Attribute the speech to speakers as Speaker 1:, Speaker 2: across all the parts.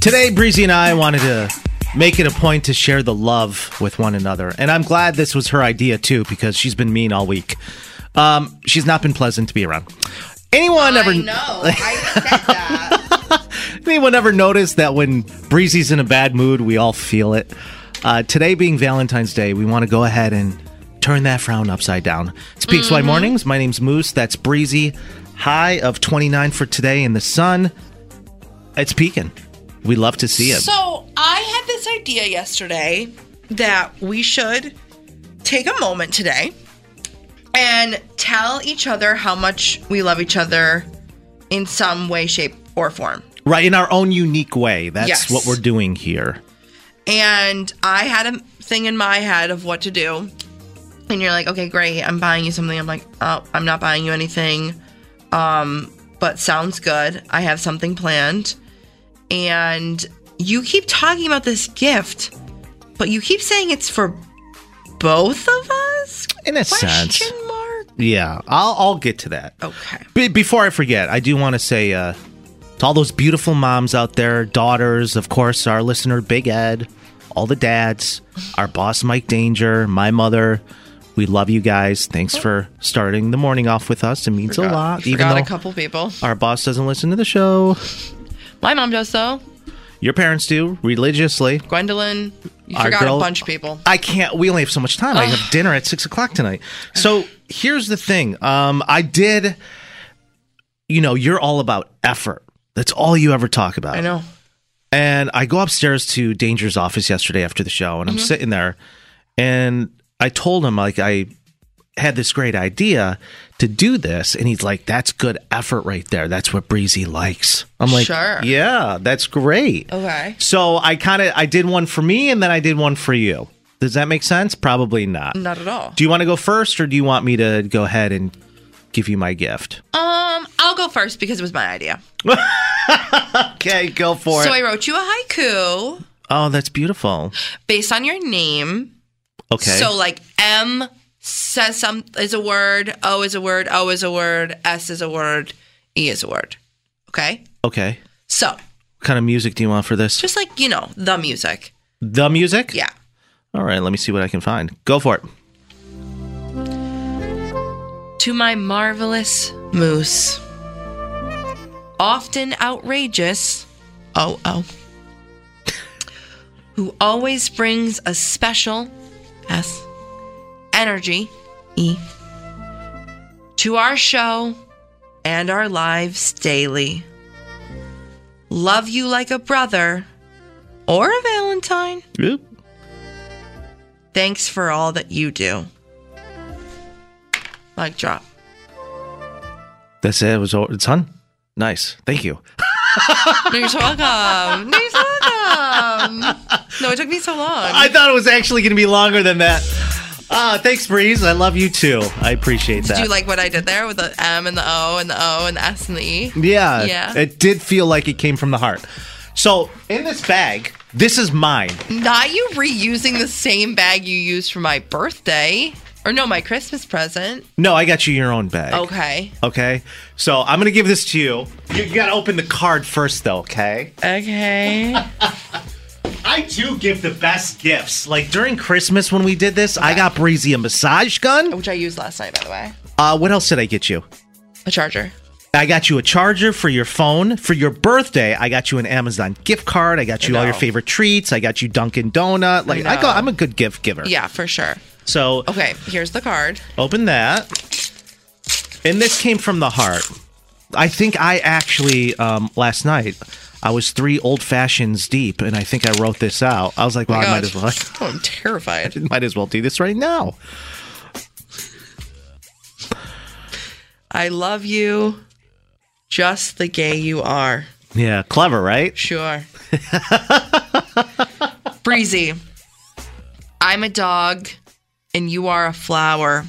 Speaker 1: Today, Breezy and I wanted to make it a point to share the love with one another. And I'm glad this was her idea, too, because she's been mean all week. Um, she's not been pleasant to be around. Anyone ever
Speaker 2: I know. I said that.
Speaker 1: anyone ever notice that when Breezy's in a bad mood, we all feel it? Uh, today being Valentine's Day, we want to go ahead and turn that frown upside down. It's Peaks
Speaker 2: Mm-hmm.
Speaker 1: Why Mornings. My name's Moose. That's Breezy. High of 29 for today in the sun. It's peaking. We love to see it.
Speaker 2: So I had this idea yesterday that we should take a moment today and tell each other how much we love each other in some way, shape, or form.
Speaker 1: right, in our own unique way. That's
Speaker 2: Yes.
Speaker 1: what we're doing here.
Speaker 2: And I had a thing in my head of what to do. And you're like, okay, great. I'm buying you something. I'm like, oh, I'm not buying you anything. Um, but sounds good. I have something planned. And you keep talking about this gift, but you keep saying it's for both of us?
Speaker 1: In a sense.
Speaker 2: Question mark?
Speaker 1: Yeah, I'll, I'll get to that.
Speaker 2: Okay.
Speaker 1: Be- before I forget, I do want to say uh, to all those beautiful moms out there, daughters, of course, our listener Big Ed, all the dads, our boss Mike Danger, my mother. We love you guys. Thanks for starting the morning off with us. It means a lot. Even
Speaker 2: Forgot
Speaker 1: though
Speaker 2: a couple people.
Speaker 1: our boss doesn't listen to the show,
Speaker 2: My mom does though.
Speaker 1: your parents do religiously.
Speaker 2: Gwendolyn. You
Speaker 1: Our
Speaker 2: forgot
Speaker 1: girl-
Speaker 2: a bunch of people.
Speaker 1: I can't. We only have so much time. I have dinner at six o'clock tonight. So here's the thing. Um, I did. You know, you're all about effort. That's all you ever talk about.
Speaker 2: I know.
Speaker 1: And I go upstairs to Danger's office yesterday after the show,
Speaker 2: Mm-hmm.
Speaker 1: and I'm sitting there, and I told him like I had this great idea to do this, and he's like, "That's good effort right there. That's what Breezy likes." I'm like,
Speaker 2: Sure.
Speaker 1: yeah, that's great."
Speaker 2: Okay.
Speaker 1: So I kind of I did one for me, and then I did one for you. Does that make sense? Probably not.
Speaker 2: Not at all.
Speaker 1: Do you want to go first, or do you want me to go ahead and give you my gift?
Speaker 2: Um, I'll go first because it was my idea.
Speaker 1: Okay, go for
Speaker 2: So
Speaker 1: it.
Speaker 2: I wrote you a haiku
Speaker 1: oh, that's beautiful.
Speaker 2: based on your name.
Speaker 1: Okay.
Speaker 2: So like M says some is a word, O is a word, O is a word, S is a word, E is a word. Okay?
Speaker 1: okay.
Speaker 2: So,
Speaker 1: What kind of music do you want for this?
Speaker 2: just like, you know, the music.
Speaker 1: The music?
Speaker 2: Yeah.
Speaker 1: All right, let me see what I can find. Go for it.
Speaker 2: to my marvelous moose. Often outrageous, oh oh, who always brings a special S energy, E, to our show and our lives daily. Love you like a brother or a Valentine.
Speaker 1: Oop.
Speaker 2: Thanks for all that you do. Mic drop.
Speaker 1: That's it. It was all, it's on. Nice. Thank you.
Speaker 2: No, you're so welcome. No, you're so welcome. No, it took me so long.
Speaker 1: I thought it was actually going to be longer than that. Ah, thanks, Breeze. I love you too. I appreciate that.
Speaker 2: Did you like what I did there with the M and the O and the O and the S and the E?
Speaker 1: Yeah.
Speaker 2: Yeah.
Speaker 1: It did feel like it came from the heart. So in this bag, this is mine.
Speaker 2: Not you reusing the same bag you used for my birthday or no, my Christmas present.
Speaker 1: No, I got you your own bag.
Speaker 2: Okay.
Speaker 1: Okay. So I'm gonna give this to you. You gotta open the card first, though. Okay.
Speaker 2: Okay.
Speaker 1: I do give the best gifts. Like during Christmas when we did this, I got Breezy a massage gun.
Speaker 2: Which I used last night, by the way.
Speaker 1: Uh, what else did I get you?
Speaker 2: A charger.
Speaker 1: I got you a charger for your phone. For your birthday, I got you an Amazon gift card. I got you all your
Speaker 2: know.
Speaker 1: favorite treats. I got you Dunkin' Donut. Like I, go,
Speaker 2: know.
Speaker 1: I'm a good gift giver.
Speaker 2: Yeah, for sure.
Speaker 1: So
Speaker 2: Okay, here's the card.
Speaker 1: open that, and this came from the heart. I think I actually um, last night I was three old fashions deep, and I think I wrote this out. I was like, well, I might as well.
Speaker 2: Oh, I'm terrified.
Speaker 1: Might as well do this right now.
Speaker 2: I love you just the gay you are.
Speaker 1: Yeah, clever, right?
Speaker 2: Sure. Breezy, I'm a dog and you are a flower.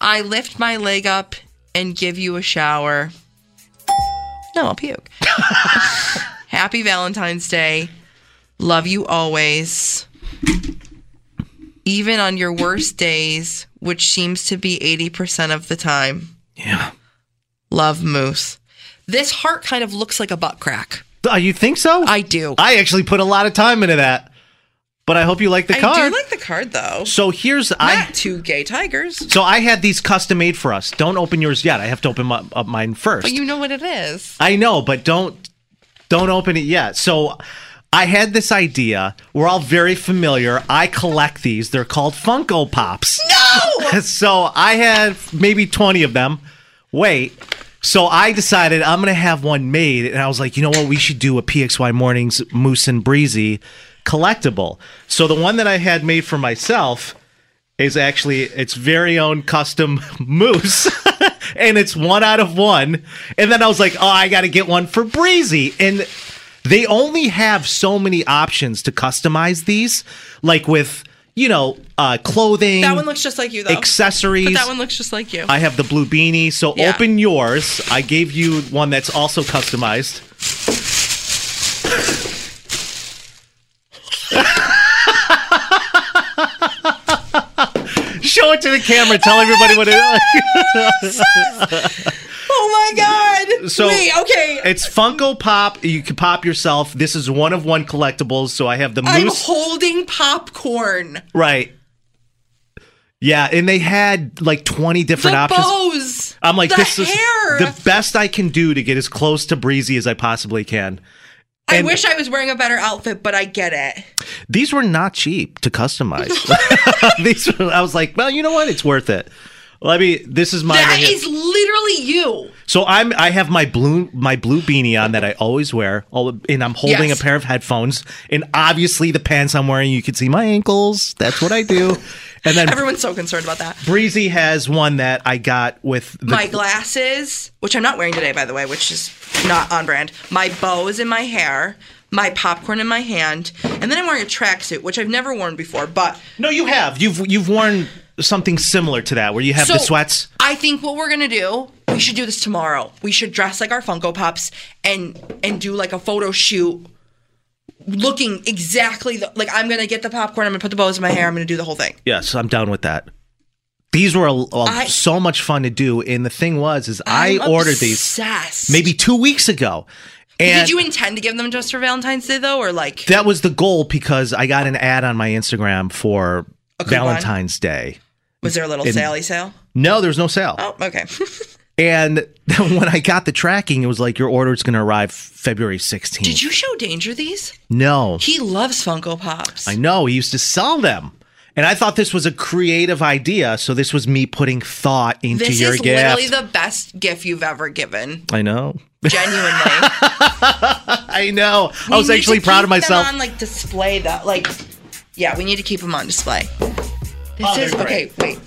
Speaker 2: I lift my leg up and give you a shower. No, I'll puke. Happy Valentine's Day. Love you always. Even on your worst days, which seems to be 80% of the time.
Speaker 1: Yeah.
Speaker 2: Love Moose. This heart kind of looks like a butt crack.
Speaker 1: Oh, you think so?
Speaker 2: I do.
Speaker 1: I actually put a lot of time into that, but I hope you like the card.
Speaker 2: I do like the card though.
Speaker 1: so here's I.
Speaker 2: Not two gay tigers.
Speaker 1: So I had these custom made for us. Don't open yours yet. I have to open my, up mine first.
Speaker 2: But you know what it is.
Speaker 1: I know, but don't don't open it yet. So I had this idea. We're all very familiar. I collect these. They're called Funko Pops. No. so I had maybe 20 of them. Wait. So I decided I'm going to have one made and I was like, "You know what? We should do a PXY Mornings Moose and Breezy collectible." So the one that I had made for myself is actually its very own custom moose. and it's one out of one. And then I was like, oh, I got to get one for Breezy. And they only have so many options to customize these, like with, you know, uh, clothing.
Speaker 2: That one looks just like you though.
Speaker 1: accessories.
Speaker 2: But that one looks just like you.
Speaker 1: I have the blue beanie. So
Speaker 2: Yeah.
Speaker 1: open yours. I gave you one that's also customized. Show it to the camera. Tell everybody what it is.
Speaker 2: oh my god.
Speaker 1: So-
Speaker 2: Wait, okay.
Speaker 1: It's Funko Pop. You can pop yourself. This is one of one collectibles. So I have the
Speaker 2: I'm
Speaker 1: moose.
Speaker 2: holding popcorn.
Speaker 1: right. Yeah, and they had like 20 different
Speaker 2: the
Speaker 1: options.
Speaker 2: bows.
Speaker 1: I'm like,
Speaker 2: the
Speaker 1: this
Speaker 2: hair.
Speaker 1: is the best I can do to get as close to breezy as I possibly can.
Speaker 2: I
Speaker 1: and-
Speaker 2: wish I was wearing a better outfit, but I get it.
Speaker 1: These were not cheap to customize. These were, I was like, well, you know what? It's worth it. Let me. This is mine. right
Speaker 2: That
Speaker 1: here.
Speaker 2: is literally you.
Speaker 1: So I'm I have my blue my blue beanie on that I always wear. All and I'm holding
Speaker 2: Yes.
Speaker 1: a pair of headphones. And obviously the pants I'm wearing, you can see my ankles. That's what I do. And then
Speaker 2: Everyone's so concerned about that.
Speaker 1: Breezy has one that I got with the
Speaker 2: my glasses, which I'm not wearing today, by the way, which is not on brand. My bow is in my hair, my popcorn in my hand, and then I'm wearing a tracksuit, which I've never worn before. But
Speaker 1: No, you have. You've you've worn something similar to that where you have the
Speaker 2: So,
Speaker 1: sweats.
Speaker 2: I think what we're gonna do, we should do this tomorrow. We should dress like our Funko Pops and and do like a photo shoot, looking exactly the, like I'm gonna get the popcorn. I'm gonna put the bows in my hair. I'm gonna do the whole thing.
Speaker 1: Yes, I'm down with that. These were a, a-
Speaker 2: I-
Speaker 1: so much fun to do, and the thing was, is I
Speaker 2: I'm
Speaker 1: ordered these
Speaker 2: obsessed.
Speaker 1: maybe two weeks ago, and
Speaker 2: Did you intend to give them just for Valentine's Day though, or like?
Speaker 1: that was the goal because I got an ad on my Instagram for
Speaker 2: coupon?
Speaker 1: Valentine's Day.
Speaker 2: Was there a little Sally sale?
Speaker 1: No, there's no sale.
Speaker 2: Oh, okay.
Speaker 1: And then when I got the tracking, it was like your order's going to arrive February 16th.
Speaker 2: Did you show Danger these?
Speaker 1: No,
Speaker 2: He loves Funko Pops.
Speaker 1: I know he used to sell them. And I thought this was a creative idea, so this was me putting thought into
Speaker 2: this
Speaker 1: your
Speaker 2: is
Speaker 1: gift.
Speaker 2: literally the best gift you've ever given.
Speaker 1: I know.
Speaker 2: Genuinely,
Speaker 1: I know. I
Speaker 2: We
Speaker 1: was
Speaker 2: need to
Speaker 1: actually proud
Speaker 2: keep
Speaker 1: of myself.
Speaker 2: Them on like display, though. Like, yeah, we need to keep them on display. This
Speaker 1: Oh, they're
Speaker 2: is okay.
Speaker 1: great.
Speaker 2: Wait,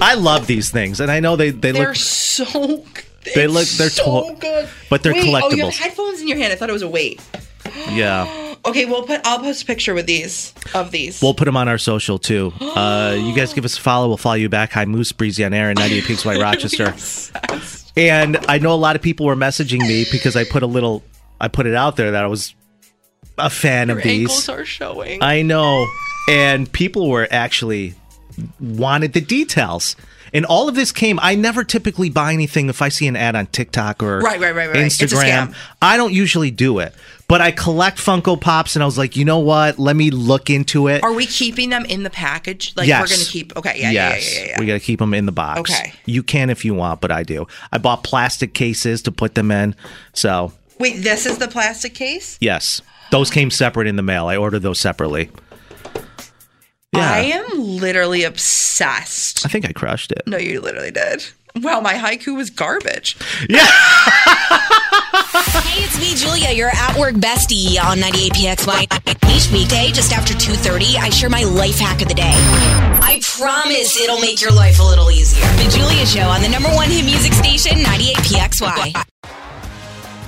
Speaker 1: I love these things, and I know they they
Speaker 2: they're
Speaker 1: look
Speaker 2: so.
Speaker 1: They
Speaker 2: it's
Speaker 1: look- they're
Speaker 2: so
Speaker 1: to-
Speaker 2: good,
Speaker 1: but they're
Speaker 2: Wait, Oh,
Speaker 1: collectibles.
Speaker 2: you have headphones in your hand. I thought it was a weight.
Speaker 1: yeah.
Speaker 2: Okay, we'll put. I'll post a picture with these of these.
Speaker 1: We'll put them on our social too. Uh, you guys give us a follow. We'll follow you back. Hi, Moose Breezy on air and 98 Pigs White Rochester. and I know a lot of people were messaging me because I put a little, I put it out there that I was a fan
Speaker 2: Your
Speaker 1: of these.
Speaker 2: ankles are showing.
Speaker 1: I know. And people were actually wanted the details. And all of this came. I never typically buy anything if I see an ad on TikTok or
Speaker 2: Right, right, right, right, right. It's a
Speaker 1: Instagram.
Speaker 2: scam.
Speaker 1: I don't usually do it. But I collect Funko Pops, and I was like, you know what? Let me look into it.
Speaker 2: Are we keeping them in the package? Like we're gonna keep? Okay, yeah,
Speaker 1: yes.
Speaker 2: yeah, yeah, yeah, yeah.
Speaker 1: We got to keep them in the box.
Speaker 2: Okay.
Speaker 1: You can if you want, but I do. I bought plastic cases to put them in. So,
Speaker 2: Wait, this is the plastic case.
Speaker 1: yes. Those came separate in the mail. I ordered those separately. Yeah.
Speaker 2: I am literally obsessed.
Speaker 1: I think I crushed it.
Speaker 2: No, you literally did. Wow, my haiku was garbage.
Speaker 1: Yeah.
Speaker 3: Hey, it's me, Julia, your at-work bestie on 98PXY. Each weekday, just after 2.30, I share my life hack of the day. I promise it'll make your life a little easier. The Julia Show on the number one hit music station, 98PXY.